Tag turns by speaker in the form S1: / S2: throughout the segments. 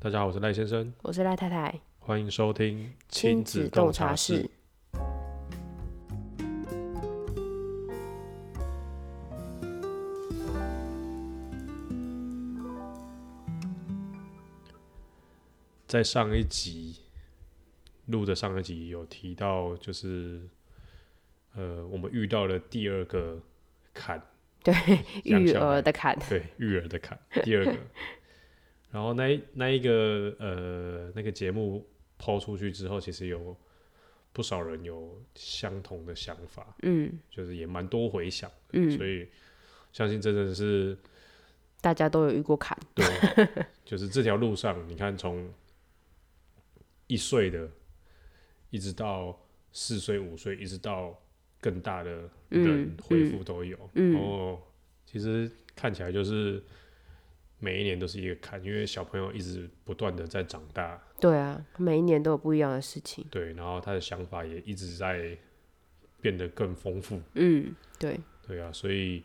S1: 大家好，我是赖先生，
S2: 我是赖太太，
S1: 欢迎收听
S2: 亲子洞察室。。
S1: 在上一集录的上一集有提到，就是呃，我们遇到了第二个坎，
S2: 对，
S1: 养
S2: 育
S1: 小孩
S2: 儿的坎，
S1: 对，育儿的坎，第二个。 然后那一那一个呃那个节目抛出去之后，其实有不少人有相同的想法，
S2: 嗯
S1: 就是也蛮多回响，
S2: 嗯，
S1: 所以相信真的是
S2: 大家都有遇过坎，
S1: 对， 就是这条路上，你看从一岁的，一直到四岁、五岁，一直到更大的人
S2: 嗯
S1: 恢复都有。
S2: 嗯
S1: 然后其实看起来就是每一年都是一个坎，因为小朋友一直不断的在长大，
S2: 对啊，每一年都有不一样的事情，
S1: 对，然后他的想法也一直在变得更丰富，
S2: 嗯，对，
S1: 对啊，所以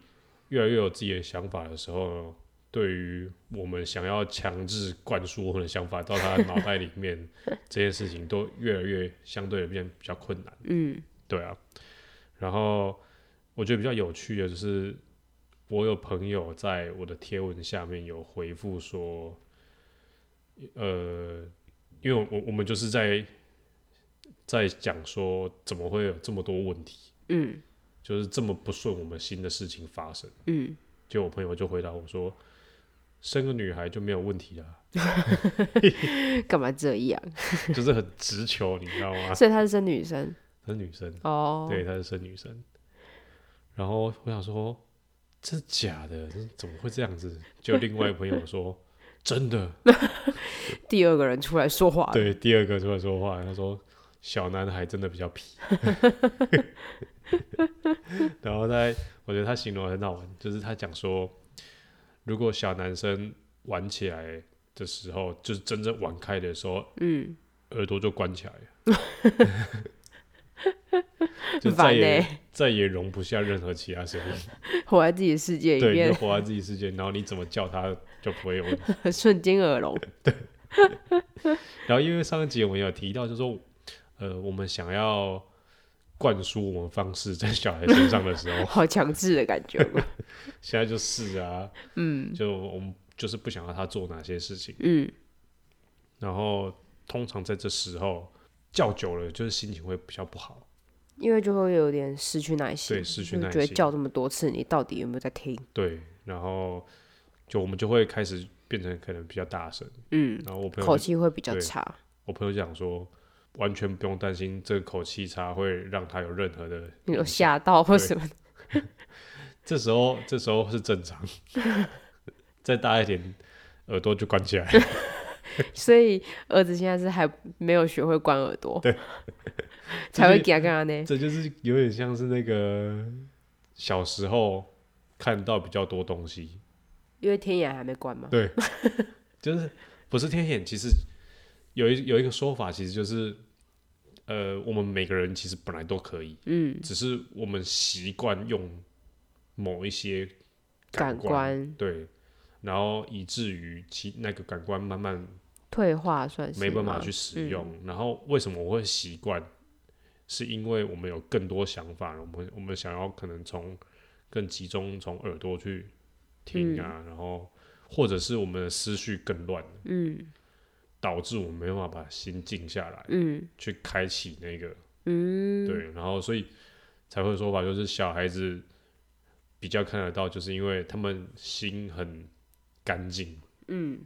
S1: 越来越有自己的想法的时候，对于我们想要强制灌输我们的想法到他的脑袋里面这件事情，都越来越相对的变比较困难。
S2: 嗯
S1: 对啊，然后我觉得比较有趣的就是，我有朋友在我的贴文下面有回复说，呃，因为我我我们就是在在讲说怎么会有这么多问题，
S2: 嗯
S1: 就是这么不顺我们心的事情发生。
S2: 嗯，
S1: 就我朋友就回答我说：“生个女孩就没有问题啦，
S2: 干嘛这样？
S1: 就是很直球，你知道吗
S2: 所以她是生女生？”
S1: 她是女生，
S2: 啊哦，
S1: 对，她是生女生。然后我想说，这假的，这怎么会这样子？就另外一个朋友说，真的。
S2: 第二个人出来说话了，
S1: 对，第二个出来说话，他说小男孩真的比较皮。 然后他，我觉得他形容得很好玩，就是他讲说，如果小男生玩起来的时候，就是真正玩开的时候，
S2: 嗯，
S1: 耳朵就关起来了， 就再
S2: 很烦呢、欸
S1: 也、再也容不下任何其他声 音，
S2: 活在自己的世界里
S1: 对，你
S2: 面
S1: 就，活在自己世界，然后你怎么叫他就不会有问题。
S2: 瞬间耳聋，
S1: 然后因为上一集我们有提到，就是说，呃，我们想要灌输我们方式在小孩身上的时候，
S2: 好强制的感觉。
S1: 现在就是啊，
S2: 嗯
S1: 就我们就是不想要他做哪些事情，
S2: 嗯，
S1: 然后通常在这时候叫久了，就是心情会比较不好，
S2: 因为就会有点失去耐心，
S1: 对失去
S2: 就
S1: 耐
S2: 觉得
S1: 心
S2: 叫这么多次，你到底有没有在听？
S1: 对，然后就我们就会开始变成可能比较大声，
S2: 嗯，
S1: 然后我朋
S2: 口
S1: 友就
S2: 气会比较
S1: 对
S2: 差。
S1: 我朋友讲说。完全不用担心这个口气差会让他有任何的
S2: 你有
S1: 影响，
S2: 吓到或
S1: 对
S2: 什么的？
S1: 这时候这时候是正 常，再大一点，耳朵就关起来。
S2: 所以儿子现在是还没有学会关耳朵，才会给他干呢。
S1: 这就是有点像是那个小时候看到比较多东西，
S2: 因为天眼还没关嘛。
S1: 对，就是不是天眼，其实有一有一个说法，其实就是。呃，我们每个人其实本来都可以，
S2: 嗯，
S1: 只是我们习惯用某一些
S2: 感
S1: 官，
S2: 官
S1: 对，然后以至于其那个感官慢慢
S2: 退化算是
S1: 没办
S2: 吗嗯
S1: 法去使用。然后为什么我会习惯？是因为我们有更多想法，我们我们想要可能从更集中从耳朵去听啊，然后或者是我们的思绪更乱，
S2: 嗯
S1: 导致我们没办法把心静下来，
S2: 嗯
S1: 去开启那个
S2: 嗯，
S1: 对，然后所以才会说法就是小孩子比较看得到，就是因为他们心很干净，
S2: 嗯，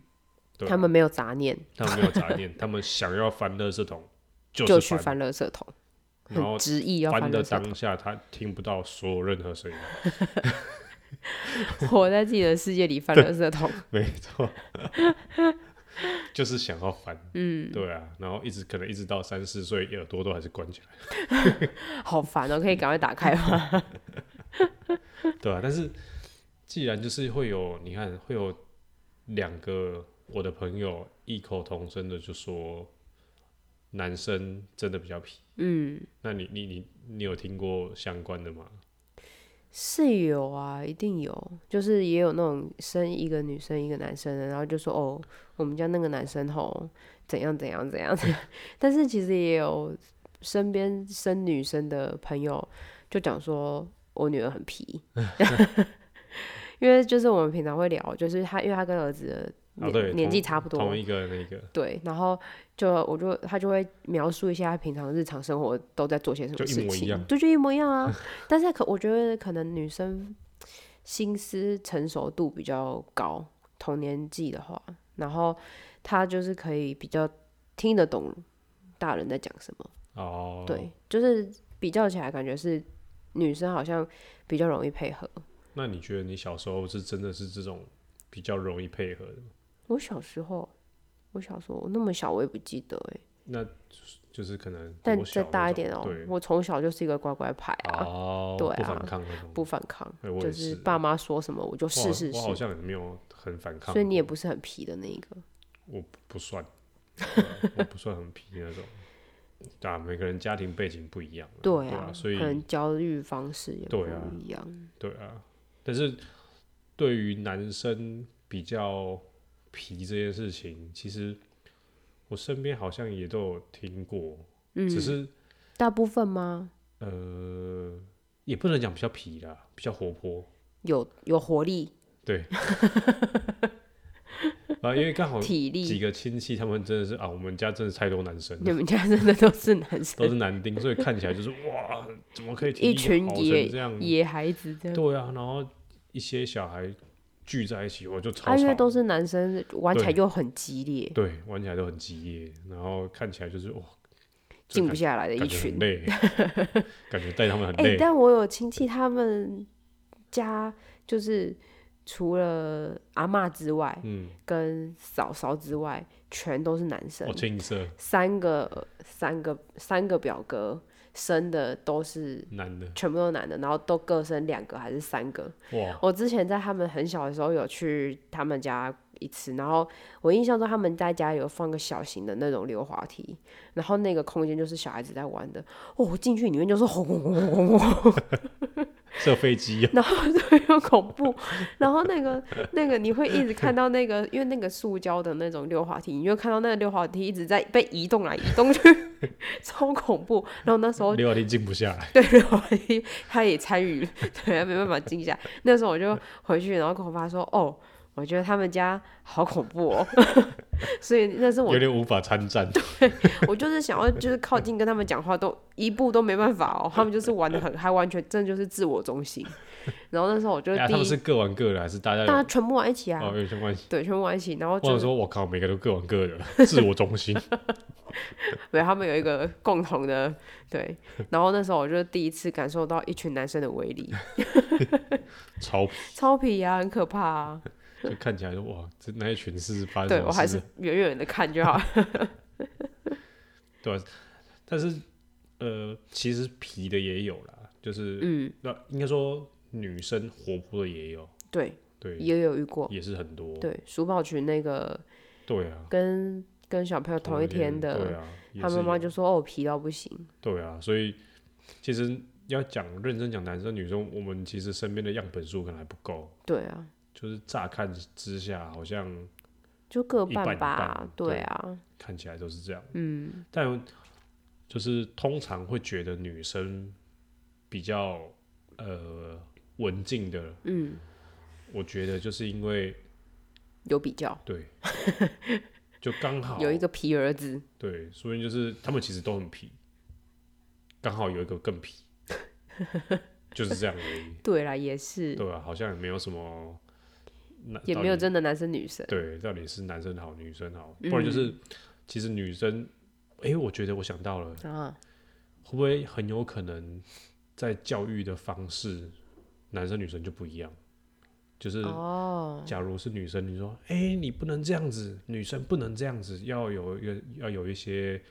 S1: 对啊
S2: 他们没有杂念，
S1: 他们没有杂念，他们想要翻垃圾桶
S2: 就是去
S1: 翻，
S2: 翻垃圾桶，
S1: 然后
S2: 很执意要
S1: 翻
S2: 翻
S1: 的
S2: 垃圾
S1: 当下，他听不到所有任何声 音。
S2: 桶，活在自己的世界里翻垃圾 桶。
S1: 没错，就是想要翻。
S2: 嗯，
S1: 对啊，然后一直可能一直到三四岁，耳朵都还是关起来。
S2: 好烦哦，可以赶快打开吗？
S1: 对啊，但是既然就是会有，你看会有两个我的朋友异口同声的就说，男生真的比较皮。
S2: 嗯，
S1: 那你你你你有听过相关的吗？
S2: 是有啊，一定有，就是也有那种生一个女生一个男生的，然后就说哦，我们家那个男生吼怎样怎样怎样怎样， 但是其实也有身边生女生的朋友就讲说我女儿很 皮，因为就是我们平常会聊，就是他因为他跟儿子的
S1: 啊
S2: 年、
S1: 对，
S2: 年
S1: 同
S2: 纪差不多，
S1: 同一个那个，
S2: 对，然后就我就他就会描述一下他平常日常生活都在做些什
S1: 就
S2: 么
S1: 一
S2: 事
S1: 模一
S2: 情，
S1: 样
S2: 对，就一模一样 啊。但是可我觉得可能女生心思成熟度比较高，同年纪的话，然后她就是可以比较听得懂大人在讲什么，
S1: 哦，
S2: 对，就是比较起来感觉是女生好像比较容易配合。
S1: 那你觉得你小时候是真的是这种比较容易配合的吗？
S2: 我小时候，我小时候我那么小我也不记得哎、
S1: 那就是可能
S2: 但
S1: 国小
S2: 再大
S1: 那
S2: 一点哦、
S1: 种对，
S2: 我从小就是一个乖乖牌啊。
S1: 哦，
S2: 对
S1: 不
S2: 啊
S1: 反抗那种，
S2: 不反抗，
S1: 哎我
S2: 就
S1: 也
S2: 是
S1: 是
S2: 爸妈说什么我就
S1: 我
S2: 是
S1: 好
S2: 是
S1: 我好
S2: 是，
S1: 像也没有很反抗过，
S2: 所以你也不是很皮的那一个。
S1: 我不算，对啊我不算很皮那种。对啊，每个人家庭背景不一样啊，对
S2: 啊，
S1: 所以
S2: 可能教育方式也不
S1: 对啊
S2: 一样。
S1: 对啊，但是对于男生比较皮这件事情，其实我身边好像也都有听过，
S2: 嗯，
S1: 只是
S2: 大部分吗？
S1: 呃，也不能讲比较皮啦，比较活泼，
S2: 有有活力、
S1: 对， 啊，因为刚好
S2: 体
S1: 几
S2: 力，
S1: 个亲戚他们真的是啊，我们家真的太多男生
S2: 你
S1: 了。
S2: 们家真的都是男
S1: 都
S2: 生，
S1: 是男丁，所以看起来就是哇，怎么可以体
S2: 一
S1: 力
S2: 群
S1: 好成
S2: 野
S1: 这样？
S2: 野孩子这样。
S1: 对啊，然后一些小孩聚在一起，我就超
S2: 啊，因为
S1: 吵。
S2: 都是男生，玩起来
S1: 对
S2: 又很激烈，
S1: 对，玩起来都很激烈，然后看起来就是哇，就
S2: 静不
S1: 感
S2: 下来的一
S1: 感觉
S2: 群
S1: 很。 累，感觉带他们很
S2: 哎、
S1: 累。
S2: 但我有亲戚，他们家就是除了阿嬷之外，
S1: 嗯，
S2: 跟嫂嫂之外，全都是男生
S1: 我，清一色
S2: 三个三个三个表哥生的都是
S1: 男的
S2: 全部都男的，然后都各生两个还是三个。
S1: 哇，
S2: 我之前在他们很小的时候有去他们家一次，然后我印象中他们在家有放个小型的那种溜滑梯，然后那个空间就是小孩子在玩的。哦，我进去里面就是轰轰轰轰轰轰，
S1: 射飞机啊，
S2: 然后就又恐怖，然后那个那个你会一直看到那个，因为那个塑胶的那种溜滑梯，你就看到那个溜滑梯一直在被移动啊来移动去， 超恐怖。然后那时候
S1: 溜滑梯静不下来。
S2: 对溜滑梯他也参与了，对，他没办法静下。那时候我就回去，然后跟我爸说：“哦，我觉得他们家好恐怖哦。” 所以那是我
S1: 有点无法参战，
S2: 我就是想要就是靠近跟他们讲话都一步都没办法哦，他们就是玩的很嗨，完全真的就是自我中心。 然后那时候我就
S1: 哎
S2: 第一。
S1: 呀，他们是各玩各的，还是大家有
S2: 大家全部玩一起啊，
S1: 哦有相关系？
S2: 对，全部玩一起，然后
S1: 或
S2: 就
S1: 者
S2: 是
S1: 说，我靠，每个都各玩各的，自我中心。
S2: 对他们有一个共同的对，然后那时候我就第一次感受到一群男生的威 力，
S1: 超皮
S2: 超皮啊，很可怕啊，
S1: 就看起来就哇，这那一群是发生
S2: 对
S1: 什
S2: 我
S1: 么
S2: 还
S1: 事
S2: 是
S1: 了？
S2: 远远的看就好，
S1: 但是呃，其实皮的也有啦，就是
S2: 嗯，
S1: 那、应该说女生活泼的也有，
S2: 对，
S1: 对，
S2: 也有遇过，
S1: 也是很多，
S2: 对，鼠宝群那个
S1: 对啊，
S2: 跟跟小朋友同一天
S1: 对
S2: 的，
S1: 啊，也
S2: 他
S1: 是
S2: 妈妈
S1: 有
S2: 就说哦皮到不行，
S1: 对啊，所以其实要讲认真讲男生女生，我们其实身边的样本数可能还不够，
S2: 对啊，
S1: 就是乍看之下好像
S2: 就各
S1: 一半
S2: 半
S1: 一
S2: 吧
S1: 半，
S2: 对
S1: 对
S2: 啊，
S1: 看起来都是这样，
S2: 嗯，
S1: 但就是通常会觉得女生比较呃文静的，嗯，我觉得就是因为
S2: 有比较，
S1: 对，就刚好
S2: 有一个皮儿子，
S1: 对，所以就是他们其实都很皮，刚好有一个更皮，就是这样而 已，
S2: 对啦，也是，
S1: 对啊，好像也没有什么，那
S2: 也
S1: 到
S2: 没有
S1: 底
S2: 真的男生女生，
S1: 对，到底是男生好女生好，不然就是、
S2: 嗯
S1: 其实女生，诶，我觉得我想到了。
S2: 啊，
S1: 会不会很有可能在教育的方式，男生女生就不一样？就是
S2: 哦，
S1: 假如是女生，你说，哎、你不能这样子，女生不能这样子，要有一个要有一些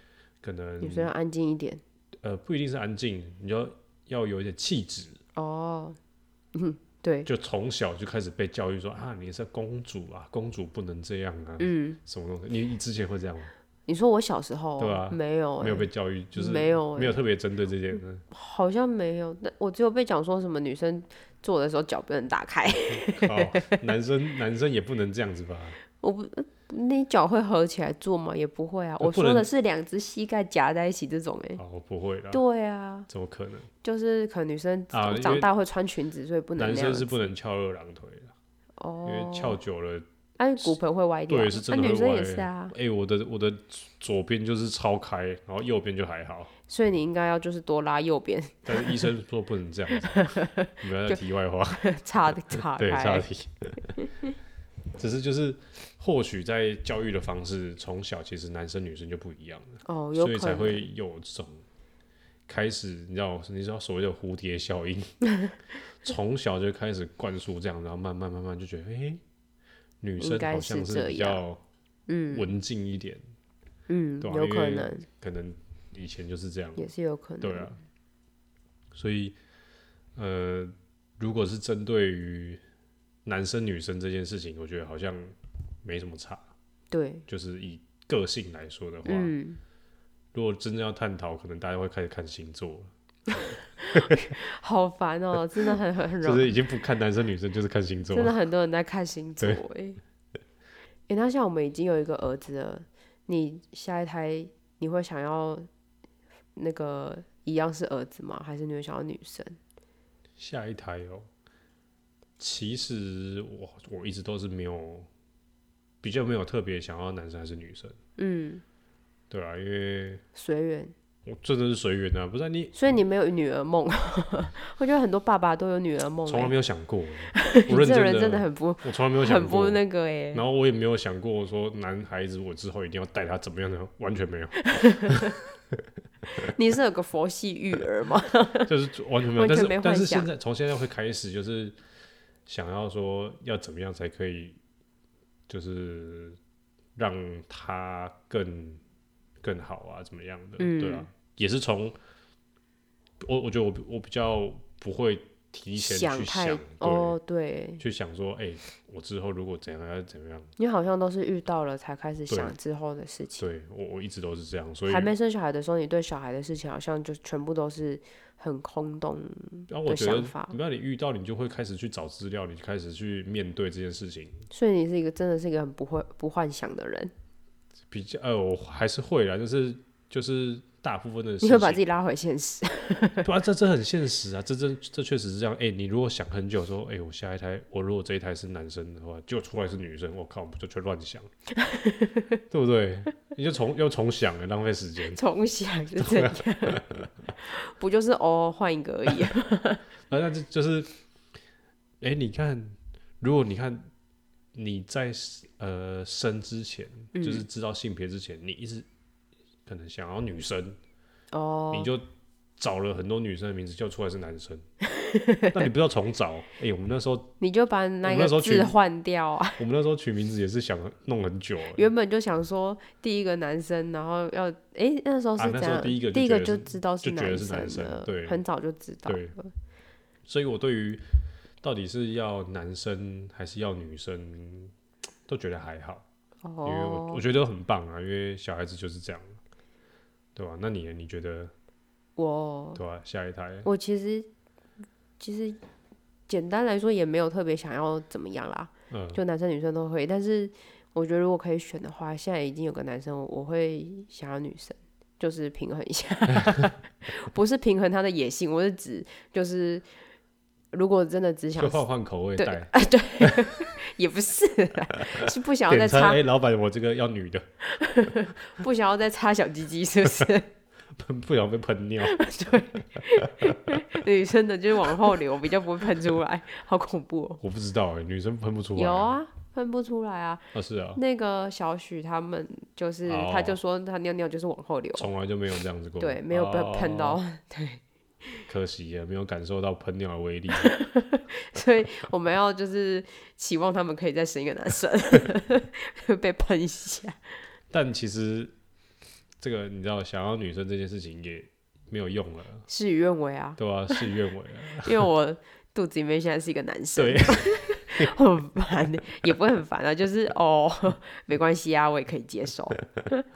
S1: 可
S2: 女
S1: 能
S2: 生要安静一点
S1: 呃不一定是安静，你就要有一点气质，
S2: 哦。嗯， 对，
S1: 就从小就开始被教育说啊，你是公主啊，公主不能这样啊，
S2: 嗯，
S1: 什么东西？你你之前会这样吗？
S2: 你说我小时候
S1: 对啊
S2: 没有、欸，
S1: 没有被教育，就是
S2: 没有欸
S1: 没有特别针对这件事，嗯
S2: 好像没有，那我只有被讲说什么女生做的时候脚不能打开，
S1: 靠，男生男生也不能这样子吧？
S2: 我不，你脚会合起来做吗？也不会啊。
S1: 呃
S2: 我
S1: 不
S2: 说的
S1: 能
S2: 是两只膝盖夹在一起这种、欸，哎，
S1: 哦，不会啦，
S2: 对啊，
S1: 怎么可能？
S2: 就是可能女生
S1: 啊因为
S2: 长大会穿裙子，所以不能
S1: 男
S2: 那样
S1: 生是
S2: 子。
S1: 不能翘二郎腿的，因为翘
S2: 哦，
S1: 久了，
S2: 但是骨盆会歪掉，
S1: 对，是真
S2: 啊
S1: 的会
S2: 女
S1: 歪。
S2: 生也是啊，
S1: 哎、我的我的左边就是超开，然后右边就还 好，
S2: 所以你应该要就是多拉右边，
S1: 但是医生说不能这样子，不要再题外话。
S2: 岔岔
S1: 对，差
S2: 开。
S1: 题。只是就是，或许在教育的方式，从小其实男生女生就不一样了，
S2: 哦，有
S1: 所以
S2: 可
S1: 才
S2: 能。
S1: 会有这种开始，你知道，你知道所谓的蝴蝶效 应，从小就开始灌输这样，然后慢慢慢慢就觉得，哎、女生
S2: 该
S1: 好
S2: 是
S1: 像
S2: 这
S1: 比
S2: 样
S1: 较
S2: 嗯
S1: 文静一点，
S2: 嗯，
S1: 对啊
S2: 有
S1: 因
S2: 可
S1: 为
S2: 能，
S1: 可能以前就是这样，
S2: 也是有可能。
S1: 对啊，所以呃，如果是针对于男生女生这件事情，我觉得好像没什么差。
S2: 对，
S1: 就是以个性来说的话，
S2: 嗯，
S1: 如果真的要探讨，可能大家会开始看星座了，
S2: 好烦哦、真的 很很很
S1: 就
S2: 容
S1: 是已经不看男生女生，就是看星座
S2: 真的
S1: 了。
S2: 很多人在看星座哎、
S1: 对
S2: 欸。哎、那像我们已经有一个儿子了，你下一胎你会想要那个一样是儿子吗？还是你会想要女生？
S1: 下一台哦，其实我我一直都是没有比较没有特别想要男生还是女生，
S2: 嗯，
S1: 对啊，因为
S2: 随缘。
S1: 我真的是随缘啊，不然你
S2: 所以你没有女儿梦， 我觉得很多爸爸都有女儿梦、
S1: 从来
S2: 欸。
S1: 没有想过，啊
S2: 你
S1: 我认
S2: 这
S1: 真
S2: 人
S1: 的，
S2: 真的很不
S1: 我从来没有想
S2: 很
S1: 过
S2: 不。那个哎、
S1: 然后我也没有想过说男孩子我之后一定要带他怎么样的，完全 没有，
S2: 你是有个佛系育儿吗？
S1: 就是完全没有。但
S2: 完全
S1: 是
S2: 没幻
S1: 但是
S2: 想
S1: 现在从现在会开始，就是想要说要怎么样才可以，就是让他更更好啊，怎么样的？
S2: 嗯
S1: 对啊，也是从我我觉得我我比较不会提前去
S2: 太
S1: 想，对，
S2: 哦，对，
S1: 去想说，哎、我之后如果怎样要怎么样，
S2: 你好像都是遇到了才开始
S1: 对
S2: 想之后的事情。
S1: 对我我一直都是这样，所以
S2: 还没生小孩的时候，你对小孩的事情好像就全部都是很空洞。
S1: 然后啊我
S2: 的
S1: 觉得
S2: 想法，
S1: 那你遇到你就会开始去找资料，你就开始去面对这件事情。
S2: 所以你是一个真的是一个很不会不幻想的人，
S1: 比较呃，我还是会啦，就是就是大部分的事情，
S2: 你会把自己拉回现实。
S1: 对啊，这这很现实啊，这这这确实是这样。哎、你如果想很久说，哎、我下一胎，我如果这一胎是男生的话，就出来是女生，我靠，我不就全乱 想，对不对？你就重又重想了，浪费时间。
S2: 从想是怎样？ 不就是哦换一个而已？
S1: 啊，那这就是，哎、你看，如果你看你在呃生之前，
S2: 嗯
S1: 就是知道性别之前，你一直可能想要女生，
S2: 哦，
S1: 你就找了很多女生的名字，就出来是男 生，那你不要重找？哎、我们那时候，
S2: 你就把那
S1: 我那
S2: 个
S1: 时候
S2: 字
S1: 去
S2: 换掉啊！
S1: 我们那时候取名字也是想弄很久、欸，
S2: 原本就想说第一个男生，然后要诶，那时候
S1: 啊
S2: 是
S1: 那时
S2: 怎
S1: 候
S2: 样？
S1: 第一个就
S2: 第一
S1: 觉
S2: 个
S1: 得
S2: 就是知道
S1: 就觉得
S2: 男
S1: 是男生
S2: 了，
S1: 对
S2: 很早就知道
S1: 对
S2: 了。
S1: 所以我对于到底是要男生还是要女生，都觉得还好。因为我
S2: 哦
S1: 我，觉得很棒啊，因为小孩子就是这样，对吧、那你呢你觉得
S2: 我
S1: 对吧、下一胎
S2: 我其实其实简单来说也没有特别想要怎么样啦，
S1: 嗯
S2: 就男生女生都会。但是我觉得如果可以选的话，现在已经有个男生，我我会想要女生，就是平衡一下， 不是平衡他的野性，我是指就是如果真的只想
S1: 就换换口味
S2: 对
S1: 带
S2: 也不是啦，是不想要再
S1: 点餐，哎、
S2: 插
S1: 老板，我这个要女的，
S2: 不想要再插小鸡鸡，是不 是？
S1: 喷不想被喷尿，
S2: 女生的就是往后流，比较不会喷出来，好恐怖哦。
S1: 我不知道哎、女生喷不出来，
S2: 有，啊，喷不出来啊。
S1: 啊是啊，
S2: 那个小许他们就是，他就
S1: 哦
S2: 说他尿尿就是往后流，
S1: 从来就没有这样子过，
S2: 对，没有被喷到，
S1: 哦
S2: 对，
S1: 可惜啊也没有感受到喷尿的威力，
S2: 所以我们要就是期望他们可以再生一个男生， 被喷一下，
S1: 但其实这个你知道，想要女生这件事情也没有用了，
S2: 事与愿违啊，
S1: 对吧、事与愿违 了，
S2: 因为我肚子里面现在是一个男生，
S1: 对，
S2: 很烦欸，也不会很烦啊，就是哦， 没关系啊，我也可以接受，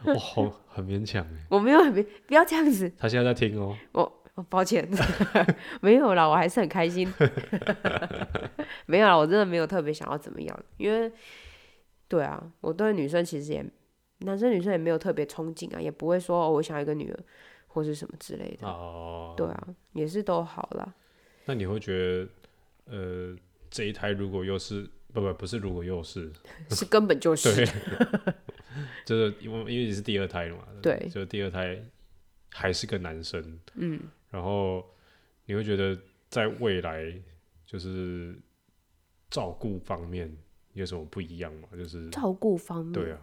S1: 哇，好很勉强哎、
S2: 我没有很不要这样子，
S1: 他现在在听哦、
S2: 我哦抱歉， 没有啦，我还是很开心。 没有啦，我真的没有特别想要怎么样，因为对啊，我对女生其实也，男生女生也没有特别憧憬啊，也不会说哦，我想要一个女儿或是什么之类的。
S1: 哦、
S2: 对啊，也是都好啦。
S1: 那你会觉得，呃，这一胎如果又是不不不是如果又是
S2: 是根本就
S1: 对
S2: 是，
S1: 就是因为因为你是第二胎了嘛，
S2: 对
S1: 就第二胎还是个男生，嗯，然后你会觉得在未来就是照顾方面有什么不一样吗？就是
S2: 照顾方面
S1: 对啊，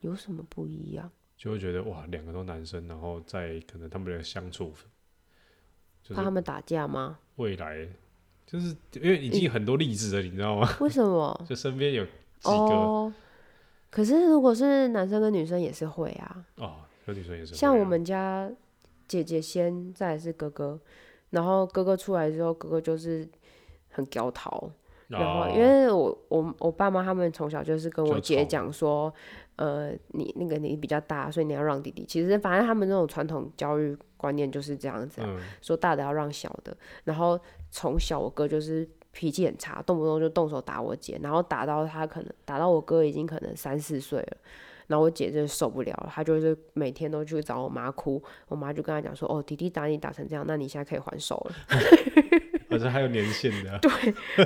S2: 有什么不一样？
S1: 就会觉得哇，两个都男生，然后在可能他们的相处，就
S2: 怕他
S1: 是
S2: 们打架吗？
S1: 未来就是因为已经很多例子了，你知道吗？
S2: 为什 么？
S1: 就身边有几个
S2: 哦，可是如果是男生跟女生也是会啊，
S1: 哦，有女生也是会
S2: 像
S1: 啊
S2: 我们家姐姐先，再来是哥哥，然后哥哥出来之后，哥哥就是很高逃，然后
S1: 哦
S2: 因为我我我爸妈他们从小就是跟我
S1: 就
S2: 姐
S1: 宠
S2: 讲说，呃，你那个你比较大，所以你要让弟弟。其实反正他们那种传统教育观念就是这样子啊，
S1: 嗯
S2: 说大的要让小的。然后从小我哥就是脾气很差，动不动就动手打我姐，然后打到他可能打到我哥已经可能三四岁了。然后我姐真的受不了了，她就是每天都去找我妈哭，我妈就跟她讲说：“哦，弟弟打你打成这样，那你现在可以还手了。”
S1: 而且还有年限的啊，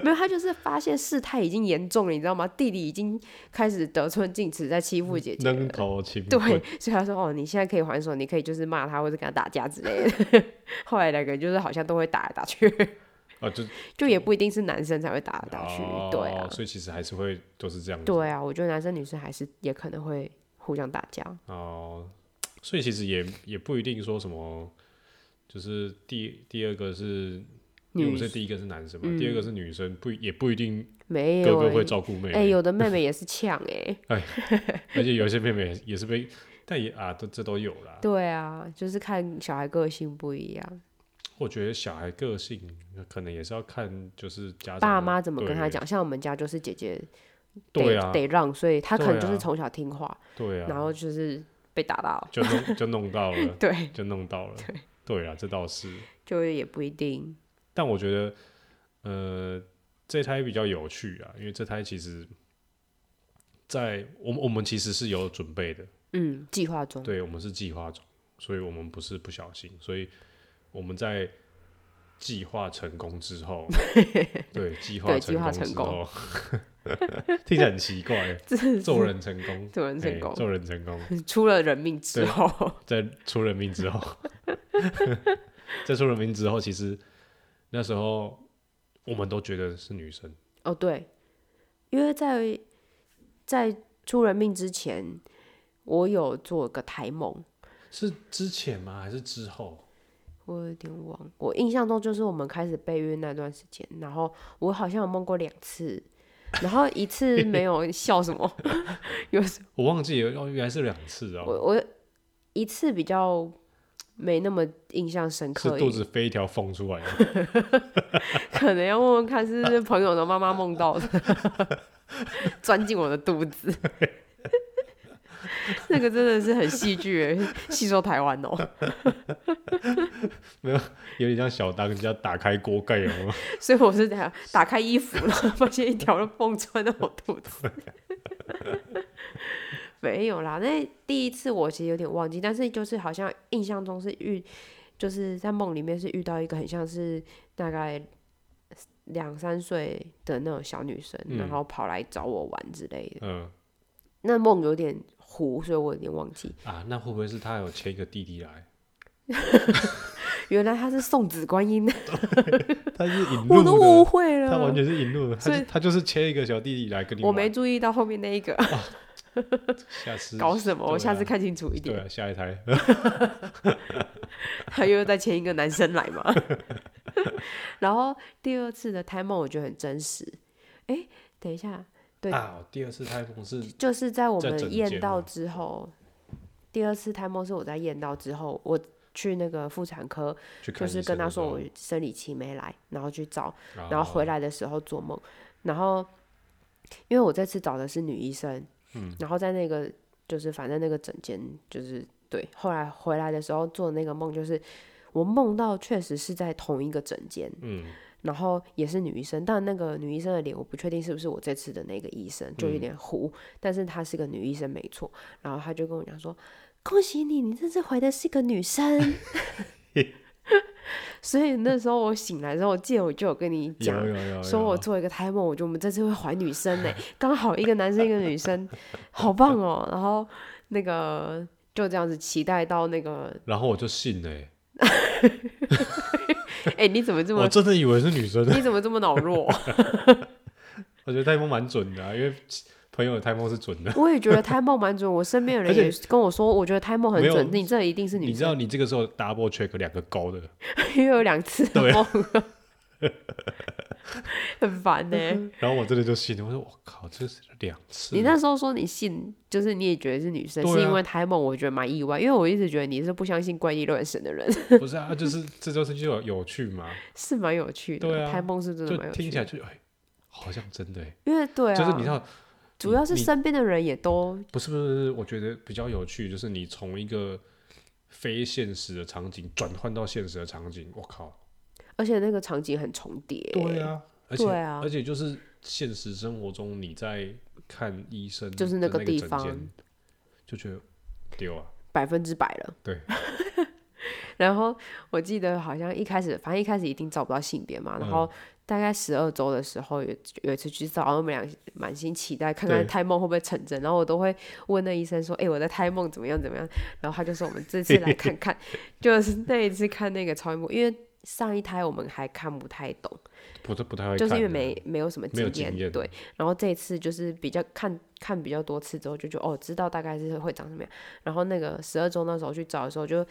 S2: 没有，他就是发现事态已经严重了，你知道吗？弟弟已经开始得寸进尺，在欺负姐姐
S1: 扔
S2: 了。
S1: 头轻
S2: 对
S1: 棍，
S2: 所以他说：“哦，你现在可以还手，你可以就是骂他或者跟他打架之类的。” 后来两个人就是好像都会打来打去，
S1: 啊，就
S2: 就也不一定是男生才会打来打去。
S1: 哦
S2: 对啊，
S1: 所以其实还是会都是这样子，
S2: 对啊，我觉得男生女生还是也可能会互相打架。
S1: 哦，所以其实也也不一定说什么，就是第第二个是。因为我
S2: 女
S1: 们是第一个是男生嘛，第二个是女生，不也不一定
S2: 没
S1: 哥
S2: 有、
S1: 哥会
S2: 欸，
S1: 照顾妹妹，
S2: 哎、有的 妹妹也是呛哎、
S1: 而且有一些妹妹也是被，但也啊，这这都有啦。
S2: 对啊，就是看小孩个性不一样，
S1: 我觉得小孩个性可能也是要看，就是家长
S2: 爸
S1: 的
S2: 妈怎么跟他
S1: 对
S2: 讲。像我们家就是姐姐得
S1: 对啊，
S2: 得让，所以他可
S1: 对
S2: 能就
S1: 啊
S2: 是从小听话，
S1: 对啊，
S2: 然后就是被打到，，
S1: 就弄就弄到了
S2: 对，
S1: 就弄到了。对啊，这倒是。
S2: 就也不一定。
S1: 但我觉得，呃，这胎比较有趣啊，因为这胎其实在我们我们其实是有准备的，
S2: 嗯，计划中，
S1: 对我们是计划中，所以我们不是不小心，所以我们在计划成功之 后，对计划
S2: 对计
S1: 成
S2: 划
S1: 功
S2: 成
S1: 之
S2: 功
S1: 后， 听起来很奇怪，做人成功，
S2: 做人成
S1: 哎
S2: 功，
S1: 做人成功，
S2: 出了人命之
S1: 对
S2: 后，
S1: 在出人命之后， 在出人命之后，其实那时候我们都觉得是女生，
S2: 哦对，因为在在出人命之前，我有做个台梦，
S1: 是之前吗？还是之后？
S2: 我有点忘，我印象中就是我们开始备孕那段时间，然后我好像有梦过两次。然后一 次没有笑什么， 有时
S1: 我忘记了，哦，原来是两次
S2: 我
S1: 哦，
S2: 我一次比较没那么印象深
S1: 是
S2: 刻，
S1: 肚子飞一条缝出来的，
S2: 可能要问问看是不是朋友的妈妈梦到的，钻进我的肚子。 那个真的是很戏剧耶，吸收台湾哦。
S1: 有点像小当家打开锅盖有没有？
S2: 所以我是这样打开衣服，然后 发现一条缝穿到我肚子。 没有啦，那第一次我其实有点忘记，但是就是好像印象中是遇，就是在梦里面是遇到一个很像是大概两三岁的那种小女生，
S1: 嗯
S2: 然后跑来找我玩之类的。
S1: 嗯
S2: 那梦有点糊，所以我有点忘记。
S1: 啊，那会不会是他有牵一个弟弟来？
S2: 原来他是送子观音，
S1: 他是引
S2: 我都误
S1: 路的，
S2: 会
S1: 他完
S2: 了。
S1: 全是引路的，他
S2: 所以
S1: 就他就是牵一个小弟弟来跟你
S2: 我
S1: 玩。
S2: 没注意到后面那一个，
S1: 下次
S2: 搞什么？我
S1: 对啊
S2: 下次看清楚一
S1: 对
S2: 点。
S1: 啊，下一胎
S2: 他又再牵一个男生来嘛。 然后第二次的胎梦我觉得很真实。哎，等一下，对
S1: 啊，我第二次胎风是
S2: 就是在我
S1: 在整
S2: 们
S1: 间
S2: 验到
S1: 吗
S2: 之后，第二次胎梦是我在验到之后，我去那个妇产科，
S1: 去看
S2: 就
S1: 医生
S2: 是
S1: 哦
S2: 跟他
S1: 的
S2: 说
S1: 时候
S2: 我生理期没来，然后去找然
S1: 然
S2: 后回来的时候做梦，然后因为我这次找的是女医生，嗯，然后在那个就是反正那个诊间就是对，后来回来的时候做的那个梦就是我梦到确实是在同一个诊间，
S1: 嗯
S2: 然后也是女医生，但那个女医生的脸我不确定是不是我这次的那个医生，就有点糊，但是她是个女医生没错。然后她就跟我讲说：“恭喜你，你这次怀的是个女生。” 所以那时候我醒来之后，我记得我就有跟你讲
S1: 有，有有有，
S2: 说我做一个胎梦，我觉得我们这次会怀女生 呢，刚好一个男生一个女生，好棒哦。然后那个就这样子期待到 那个，
S1: 然后我就信了欸、
S2: 哎，你怎么这
S1: 我
S2: 么
S1: 真的以 为是女生，
S2: 你怎么这么脑弱？
S1: 我觉得胎风蛮准的、啊，因为朋友的胎风是准的。
S2: 我也觉得胎梦蛮准，我身边的人
S1: 而且
S2: 也跟我说，我觉得胎梦很
S1: 没有
S2: 准，你这一定是
S1: 你
S2: 女
S1: 知
S2: 生，
S1: 道你这个时候 double check 两个勾的，
S2: 因为有两次
S1: 对
S2: 梦， 很烦 呢、
S1: 然后我真的就信了。我说我靠，这是两次。
S2: 你那时候说你信，就是你也觉得是女生，
S1: 对啊
S2: 是因为胎梦，我觉得蛮意外，因为我一直觉得你是不相信怪力乱神的人，
S1: 不是啊，就是这就是就有有趣嘛，
S2: 是蛮有趣的。
S1: 对啊
S2: 胎梦是真的
S1: 就
S2: 蛮有
S1: 听
S2: 趣
S1: 起
S2: 的，
S1: 来就哎，好像真的欸、
S2: 因为对啊，
S1: 就是你知道，
S2: 主要是
S1: 你
S2: 身边的人也都
S1: 不是不是，不是我觉得比较有趣，就是你从一个非现实的场景转换到现实的场景，我靠，
S2: 而且那个场景很重叠。
S1: 对啊，而且、
S2: 对啊
S1: 而且就是现实生活中你在看医生，
S2: 就是那
S1: 那
S2: 个地
S1: 诊
S2: 方
S1: 间，就觉得丢啊，
S2: 百分之百了。
S1: 对。
S2: 然后我记得好像一开始，反正一开始一定找不到性别嘛，然后
S1: 嗯
S2: 大概十二周的时候有有一次去找，然后我们俩满心期待看看
S1: 对
S2: 胎梦会不会成真，然后我都会问那医生说：“哎、我的胎梦怎么样怎么样？”然后他就说：“我们这次来看看。” 就是那一次看那个超音波，因为上一胎我们还看不太懂，
S1: 不太不太会看的，
S2: 就是因为没没有什么
S1: 没有
S2: 经验，
S1: 经验
S2: 对。然后这一次就是比较看看比较多次之后，就觉得哦，知道大概是会长什么样。然后那个十二周那时候去找的时候就，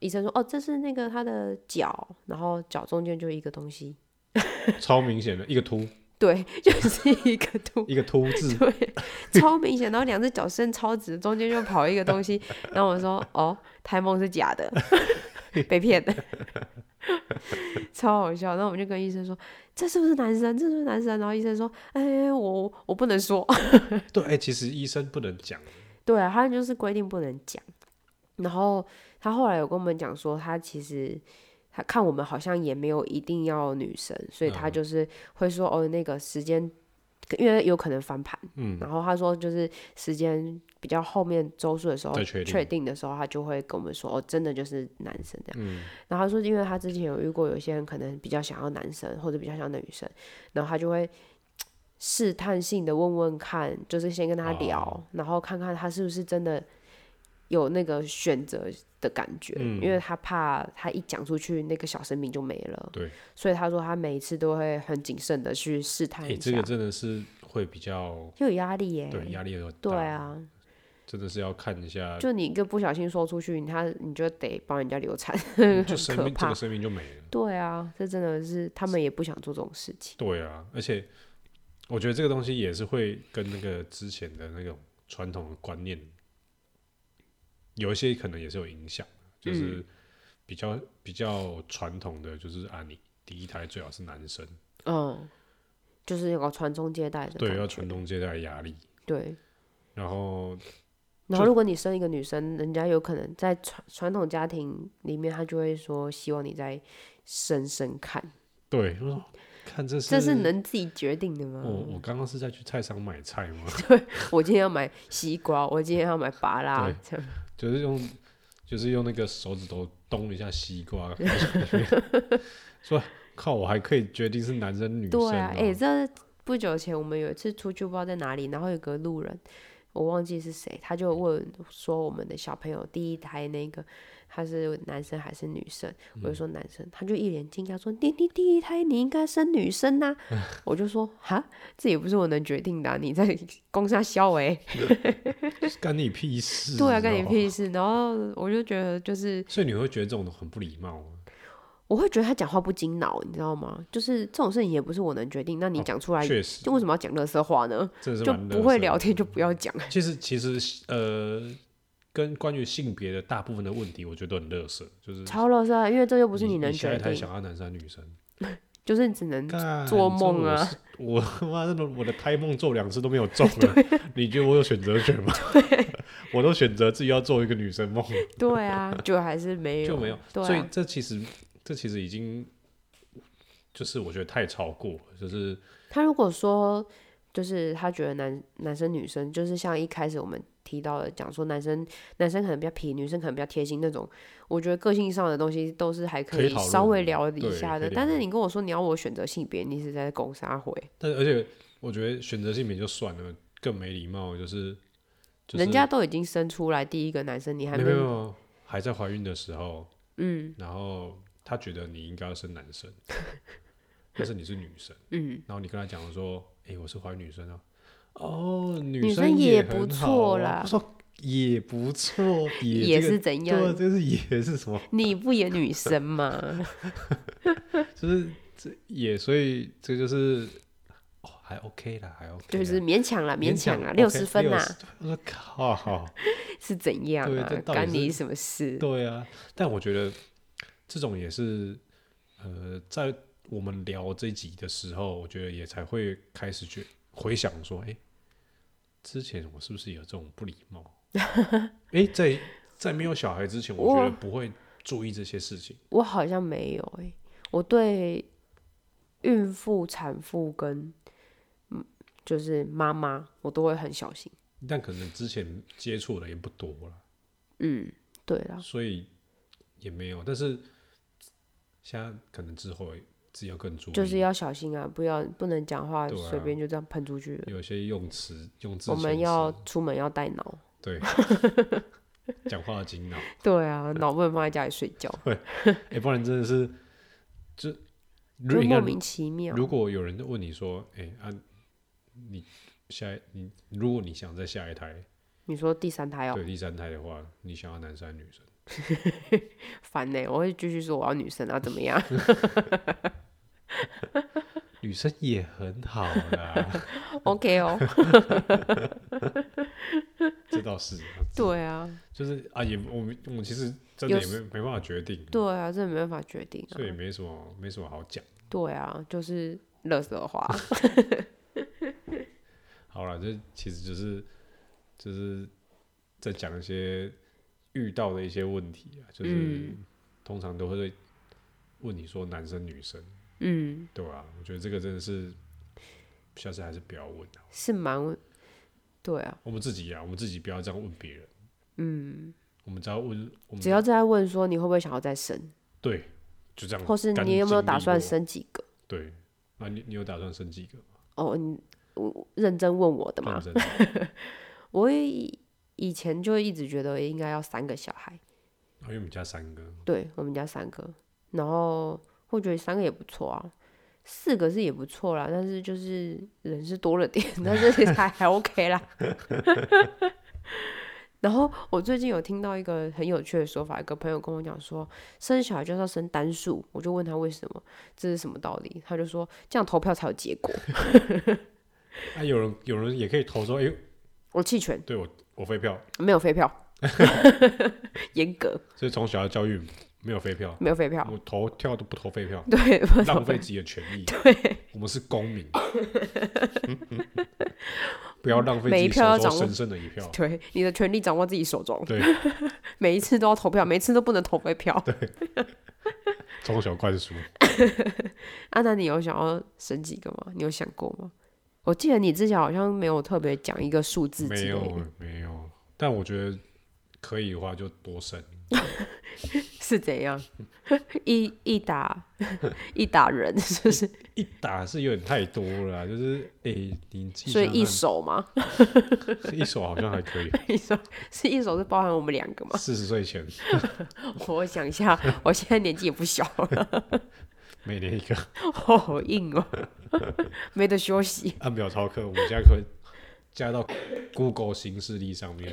S2: 医生说哦，这是那个他的脚，然后脚中间就一个东西，
S1: 超明显的一个凸，
S2: 对， 就是一个 凸
S1: 一个凸字，
S2: 对，超明显。然后两只脚伸超直，中间就跑一个东西。然后我说哦，胎梦是假的， 被骗的。 超好笑，然后我们就跟医生说：“这是不是男生？这是不是男生？”然后医生说：“哎，我我不能说。”
S1: 对，哎、其实医生不能讲，
S2: 对啊，他就是规定不能讲。然后他后来有跟我们讲说，他其实他看我们好像也没有一定要女生，所以他
S1: 嗯
S2: 就是会说、哦，那个时间，因为有可能翻盘。
S1: 嗯，
S2: 然后他说，就是时间比较后面周数的时候
S1: 再确定
S2: 定的时候，他就会跟我们说，哦，真的就是男生这样。
S1: 嗯
S2: 然后他说，因为他之前有遇过有些人可能比较想要男生或者比较想要女生，然后他就会试探性的问问看，就是先跟他聊，
S1: 哦
S2: 然后看看他是不是真的有那个选择的感觉，
S1: 嗯
S2: 因为他怕他一讲出去，那个小生命就没了。
S1: 对，
S2: 所以他说他每一次都会很谨慎的去试探
S1: 哎、
S2: 一下，
S1: 这个真的是会比较
S2: 就有压力耶、
S1: 对压力有点大，
S2: 对，啊，
S1: 真的是要看一下，
S2: 就你一个不小心说出去，他你就得帮人家流产，
S1: 嗯 就
S2: 很
S1: 生
S2: 可
S1: 命这
S2: 怕
S1: 个生命就没了。
S2: 对啊，这真的是他们也不想做这种事情。
S1: 对啊，而且我觉得这个东西也是会跟那个之前的那种传统的观念，有一些可能也是有影响的，
S2: 嗯
S1: 就是比较、比较传统的，就是啊，你第一胎最好是男生，
S2: 嗯，就是有个传宗接代的感
S1: 对，要
S2: 觉
S1: 传宗接代的压力，
S2: 对。
S1: 然后
S2: 然
S1: 就
S2: 后，如果你生一个女生，人家有可能在传传统家庭里面，他就会说希望你再生生看，
S1: 对，我说看这是哦
S2: 这是能自己决定的吗？
S1: 我我刚刚是在去菜场买菜吗？
S2: 我今天要买西瓜，我今天要买芭拉
S1: 对，
S2: 这样
S1: 就是用就是用那个手指头咚一下西瓜， 说靠，我还可以决定是男生女生、
S2: 对啊，
S1: 哦
S2: 哎、这不久前我们有一次出去，不知道在哪里，然后有个路人，我忘记是谁，他就问说我们的小朋友第一胎那个他是男生还是女生？
S1: 嗯
S2: 我就说男生，他就一脸惊讶说：“你你第一胎你应该生女 生呐、我就说：“哈，这也不是我能决定的啊、你在 攻杀小哎，
S1: 干你屁事！
S2: 对啊，干你屁
S1: 事！
S2: 事。”然后我就觉得就是
S1: 所以你会觉得这种很不礼貌啊吗？
S2: 我会觉得他讲话不经脑，你知道吗？就是这种事情也不是我能决定，那你
S1: 哦
S2: 讲出来。
S1: 确实，
S2: 就为什么要讲乐色话呢？
S1: 真啊的是
S2: 就
S1: 蛮
S2: 不会
S1: 乐色
S2: 聊
S1: 的。
S2: 天就不要讲。
S1: 其实其实呃，跟关于性别的大部分的问题，我觉得都很乐色，就是
S2: 超乐色啊，因为这又不是
S1: 你
S2: 能
S1: 你下
S2: 决
S1: 一胎
S2: 定，
S1: 想要男生还是女生，
S2: 就是只能
S1: 干
S2: 做梦啊！
S1: 这
S2: 啊
S1: 我是我妈的，我的胎梦做两次都没有中啊！你觉得我有选择权吗？我都选择自己要做一个女神梦，
S2: 对啊，就还是没有，
S1: 就没有。
S2: 对、啊，
S1: 所以这其实这其实已经就是我觉得太超过了，就是
S2: 他如果说，就是他觉得男男生女生，就是像一开始我们提到的，讲说男生男生可能比较皮，女生可能比较贴心那种，我觉得个性上的东西都是还
S1: 可以讨论
S2: 稍微
S1: 的
S2: 聊一
S1: 对
S2: 下
S1: 可以
S2: 的。
S1: 聊
S2: 但是
S1: 的
S2: 你跟我说你要我选择性别，你是在拱杀回，
S1: 但而且我觉得选择性别就算了，更没礼貌就是就是
S2: 人家都已经生出来第一个男生，你还
S1: 没有没有没有还在怀孕的时候，
S2: 嗯
S1: 然后他觉得你应该要生男 生，但是你是女生，
S2: 嗯，
S1: 然后你跟他讲说，哎、我是怀女生啊，哦，女
S2: 女
S1: 生
S2: 生也
S1: 很
S2: 不
S1: 好
S2: 错
S1: 啊
S2: 啦
S1: 他说也不 错，也
S2: 也
S1: 这个
S2: 是怎
S1: 对，
S2: 样？
S1: 就是也是什么，
S2: 你不演女生嘛？
S1: 就是这也，所以这就是哦，还 OK 啦，还 OK，啦
S2: 就是勉强啦，啊勉强啦，
S1: 啊 OK，
S2: 六十分啊
S1: 60
S2: 啦，
S1: 我说靠，
S2: 是怎样
S1: 对
S2: 啊
S1: 这？到底
S2: 干你
S1: 是
S2: 什么事？
S1: 对啊，但我觉得这种也是，呃，在我们聊这一集的时候，我觉得也才会开始去回想说，哎、之前我是不是有这种不礼貌？ 哎、在在没有小孩之前，我觉得
S2: 哇
S1: 不会注意这些事情。
S2: 我好像没有诶、我对孕妇、产妇跟嗯，就是妈妈，我都会很小心。
S1: 但可能之前接触的也不多了，
S2: 嗯，对啦，
S1: 所以也没有。但是现在可能之后自己要更注意，
S2: 就是要小心啊，不要不能讲话
S1: 对啊
S2: 随便就这样喷出去了。
S1: 有些用词用字
S2: 我
S1: 遣词，
S2: 们要出门要带脑。
S1: 对讲话的精脑，
S2: 对啊，脑不能放在家里睡觉，
S1: 哎、不然真的是就
S2: 就
S1: 如
S2: 莫
S1: 果
S2: 名其妙。
S1: 如果有人问你说，哎、啊，你下一你如果你想再下一胎，
S2: 你说第三胎要哦
S1: 对第三胎的话，你想要男生还是女生？
S2: 烦呢、欸我会继续说我要女生啊，怎 么样？
S1: 女生也很好啦，
S2: OK 哦，
S1: 这倒是、啊，
S2: 对啊，
S1: 就是啊，也我们我们其实真的
S2: 有
S1: 也没没办法决定，
S2: 对啊，这没办法决定啊
S1: 所。以没什么没什么好讲。
S2: 对啊，就是乐 色话。
S1: 好了，这其实就是就是在讲一些遇到的一些问题啊，就是、
S2: 嗯
S1: 通常都会问你说男生女生，
S2: 嗯，
S1: 对吧、我觉得这个真的是下次还是不要问啊，
S2: 是蛮，对啊，
S1: 我们自己啊，我们自己不要这样问别人，
S2: 嗯，
S1: 我们只要问我们
S2: 只要在问说你会不会想要再生，
S1: 对，就这样，
S2: 或是你有没有打算
S1: 生？
S2: 生几个？
S1: 对，那你你有打算生几个吗？啊
S2: 哦，你我认真问我的嘛
S1: 认，真的
S2: 我以以前就一直觉得应该要三个小孩，
S1: 因为我们家三个，
S2: 对我们家三个，然后会觉得三个也不错啊。四个是也不错啦，但是就是人是多了点，但是其实还 还 OK 啦。然后我最近有听到一个很有趣的说法，一个朋友跟我讲说，生小孩就是要生单数，我就问他为什么，这是什么道理？他就说这样投票才有结果。
S1: 啊，有人有人也可以投说，哎、
S2: 我弃权，
S1: 对我我废票，
S2: 没有废票， 严格
S1: 所以从小的教育没有废票。
S2: 没有废票，，
S1: 我投票都不投废票
S2: 对，不
S1: 浪费自己的权益。我们是公民， 不要浪费自
S2: 每一
S1: 己
S2: 票要
S1: 手
S2: 掌握
S1: 中神圣的一票。
S2: 对，你的权利掌握自己手中，
S1: 对，
S2: 每一次都要投票，每一次都不能投废票。
S1: 从小灌输。
S2: 啊，那你有想要生几个吗？你有想过吗？我记得你之前好像没有特别讲一个数字之
S1: 没
S2: 类
S1: 有
S2: 的，
S1: 没有，但我觉得可以的话就多生。
S2: 是怎样？ 一一打 一打人是不是？
S1: 一打是有点太多了啊，就是哎、你自己
S2: 所以
S1: 想
S2: 一
S1: 想
S2: 手吗？
S1: 看一手好像还 可以，
S2: 一手是一手是包含我们两个吗？
S1: 四十岁前
S2: 我想一下，我现在年纪也不小了，
S1: 每年一个
S2: 哦好硬哦，没得休息。
S1: 按表操课，我们现在可以加到 Google 新势力上面，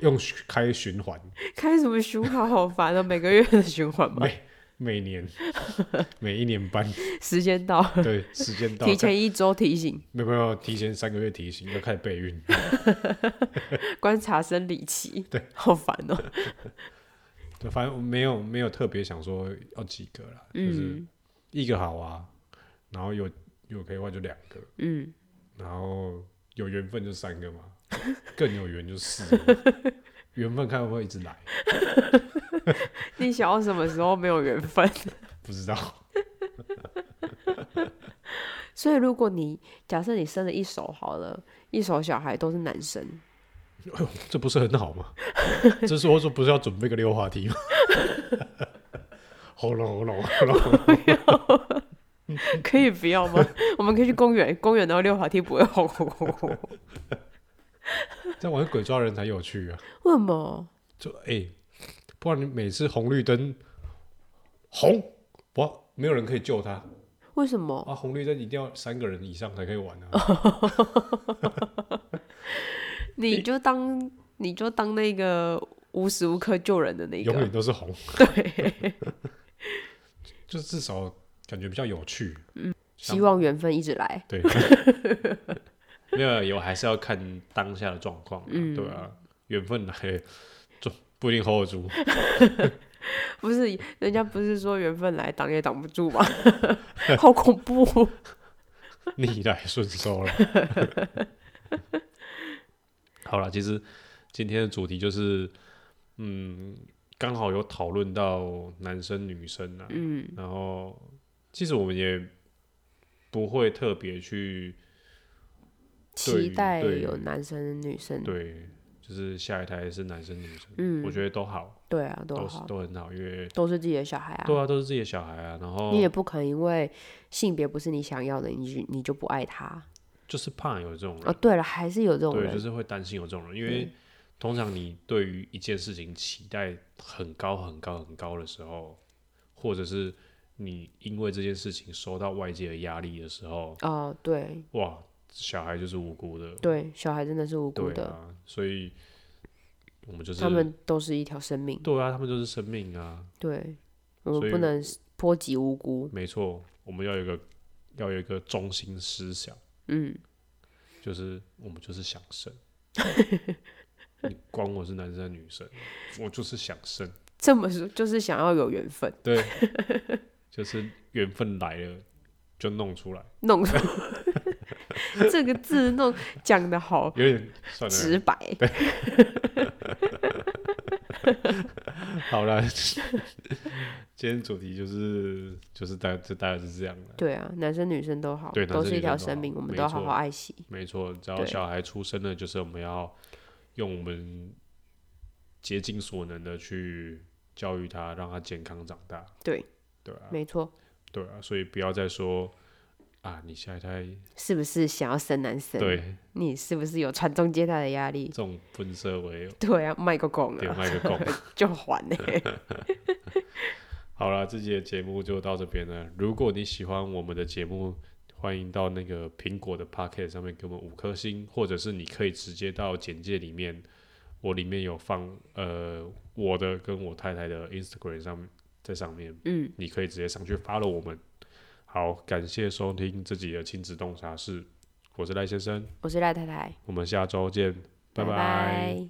S1: 用开循环。
S2: 开什么循环？好烦啊！每个月的循环嘛，
S1: 每每年每一年班，
S2: 时间到了，
S1: 对，时间到，
S2: 提前一周提醒，
S1: 没有没有提前三个月提醒，要开始备孕。
S2: 观察生理期。
S1: 对，
S2: 好烦哦。
S1: 对，反正我没有没有特别想说要几个啦，就是
S2: 嗯
S1: 一个好啊，然后有有可以的话就两个，
S2: 嗯，
S1: 然后有缘分就三个嘛，更有缘就是了 缘分，看会不会一直来，
S2: 你想要什么时候没有缘分？
S1: 不知道。
S2: 所以如果你假设你生了一手好了，一手小孩都是男生，
S1: 这不是很好吗？这时候说不是要准备个溜滑梯吗？ 喉咙喉咙喉咙，
S2: 可以不要 吗？我们可以去公园，公园然后溜滑梯不会红红红红。
S1: 这样玩鬼抓人才有趣啊！
S2: 为什么？
S1: 就哎、不然你每次红绿灯红，哇，没有人可以救他
S2: 为什么？
S1: 啊！红绿灯一定要三个人以上才可以玩
S2: 哦
S1: 啊！
S2: 你就当你就当那个无时无刻救人的那
S1: 永
S2: 个
S1: 远，都是红，
S2: 对，
S1: 就至少感觉比较有趣。
S2: 希望缘分一直来。
S1: 对，没有有还是要看当下的状况、啊，
S2: 嗯
S1: 对啊，缘分来就不一定 hold 得住。
S2: 不是，人家不是说缘分来挡也挡不住 吗？好恐怖！
S1: 逆来顺受了。 好了，其实今天的主题就是，嗯，刚好有讨论到男生女生啊，
S2: 嗯，
S1: 然后其实我们也不会特别去
S2: 期待
S1: 对
S2: 有男生女生，
S1: 对，就是下一胎是男生女生，
S2: 嗯
S1: 我觉得都好，
S2: 对啊，都
S1: 都是
S2: 好，
S1: 都很好，因为
S2: 都是自己的小孩啊。
S1: 对啊，都是自己的小孩啊，然后
S2: 你也不可能因为性别不是你想要的，你就你就不爱他啊、
S1: 就是怕有这种人
S2: 哦？对了，还是有这种
S1: 对，就
S2: 人，
S1: 是会担心有这种人，因为通常你对于一件事情期待很高、很高、很高的时候，或者是你因为这件事情受到外界的压力的时候，
S2: 哦，对
S1: 哇，小孩就是无辜的，
S2: 对，小孩真的是无辜
S1: 对
S2: 的，
S1: 啊，所以我们就是
S2: 他们都是一条生命，
S1: 对啊，他们就是生命啊，
S2: 对，我
S1: 所
S2: 们
S1: 以
S2: 不能波及无辜。
S1: 没错，我们要有一个要有一个中心思想，
S2: 嗯，
S1: 就是我们就是想 生。你管我是男生还是女生，我就是想生。
S2: 这么说就是想要有缘分，
S1: 对，就是缘分来了就弄出来，
S2: 弄出这个字弄讲的好
S1: 有点 算
S2: 直
S1: 了，
S2: 白。
S1: 好了。 今天主题就是就是大就大概是这样的，
S2: 对啊，男生女生都好，
S1: 对男
S2: 都
S1: 生
S2: 是一
S1: 女
S2: 条
S1: 生都
S2: 生
S1: 好
S2: 命，我们
S1: 没
S2: 都要好
S1: 错
S2: 好爱惜。
S1: 没错。只要
S2: 对
S1: 小孩出生了，就是我们要用我们竭尽所能的去教育他，让他健康长大。
S2: 对，
S1: 对啊，
S2: 没错，
S1: 对啊，所以不要再说啊，你下一胎
S2: 是不是想要生男生？，
S1: 对
S2: 你是不是有传宗接代的压力
S1: 这？种分社为
S2: 对啊，卖个广
S1: 点
S2: 啊，
S1: 卖个 供。
S2: 就还呢、
S1: 好了，这期的节目就到这边了。如果你喜欢我们的节目，欢迎到那个苹果的 Pocket 上面给我们五颗星，或者是你可以直接到简介里面，我里面有放呃我的跟我太太的 Instagram 上面，在上面，
S2: 嗯，
S1: 你可以直接上去 follow 我们。好，感谢收听这集的亲子洞察室，我是赖先生，
S2: 我是赖太太，
S1: 我们下周见，拜
S2: 拜